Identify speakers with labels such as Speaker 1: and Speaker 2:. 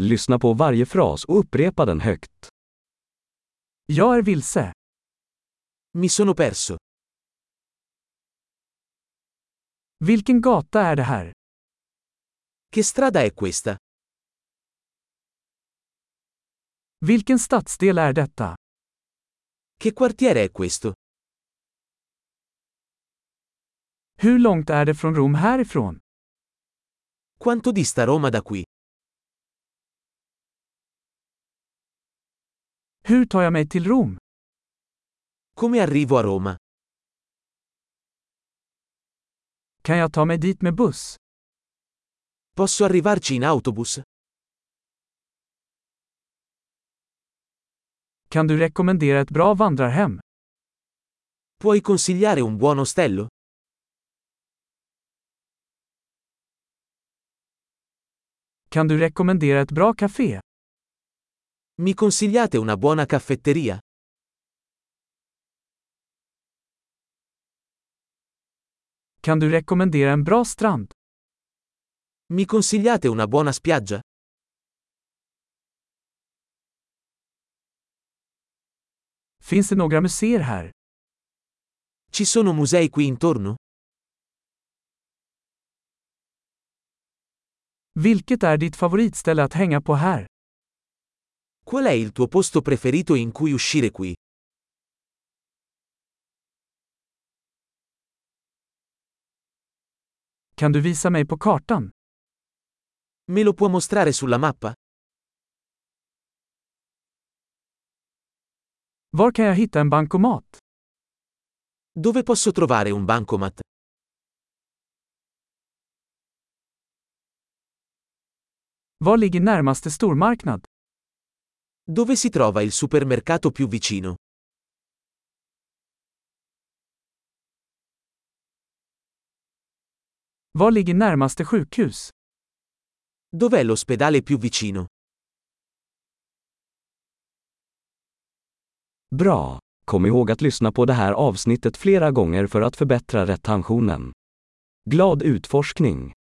Speaker 1: Lyssna på varje fras och upprepa den högt.
Speaker 2: Jag är vilse.
Speaker 3: Mi sono perso.
Speaker 2: Vilken gata är det här?
Speaker 3: Che strada è questa?
Speaker 2: Vilken stadsdel är detta?
Speaker 3: Che quartiere è questo?
Speaker 2: Hur långt är det från Rom härifrån?
Speaker 3: Quanto dista Roma da qui?
Speaker 2: Hur tar jag mig till Rom?
Speaker 3: Come arrivo a Roma?
Speaker 2: Kan jag ta mig dit med buss?
Speaker 3: Posso arrivarci in autobus?
Speaker 2: Kan du rekommendera ett bra vandrarhem?
Speaker 3: Puoi consigliare un buon ostello?
Speaker 2: Kan du rekommendera ett bra café?
Speaker 3: Mi consigliate una buona caffetteria?
Speaker 2: Kan du rekommendera en bra strand?
Speaker 3: Mi consigliate una buona spiaggia?
Speaker 2: Finns det några museer här?
Speaker 3: Ci sono musei qui intorno?
Speaker 2: Vilket är ditt favoritställe att hänga på här?
Speaker 3: Qual è il tuo posto preferito in cui uscire qui?
Speaker 2: Kan du visa mig på kartan?
Speaker 3: Me lo può mostrare sulla mappa?
Speaker 2: Var kan jag hitta en bankomat?
Speaker 3: Dove posso trovare un bancomat?
Speaker 2: Var ligger närmaste stormarknad?
Speaker 3: Dove si trova il supermercato più vicino?
Speaker 2: Var ligger närmaste sjukhus?
Speaker 3: Dov'è l'ospedale più vicino?
Speaker 1: Bra! Kom ihåg att lyssna på det här avsnittet flera gånger för att förbättra retentionen. Glad utforskning!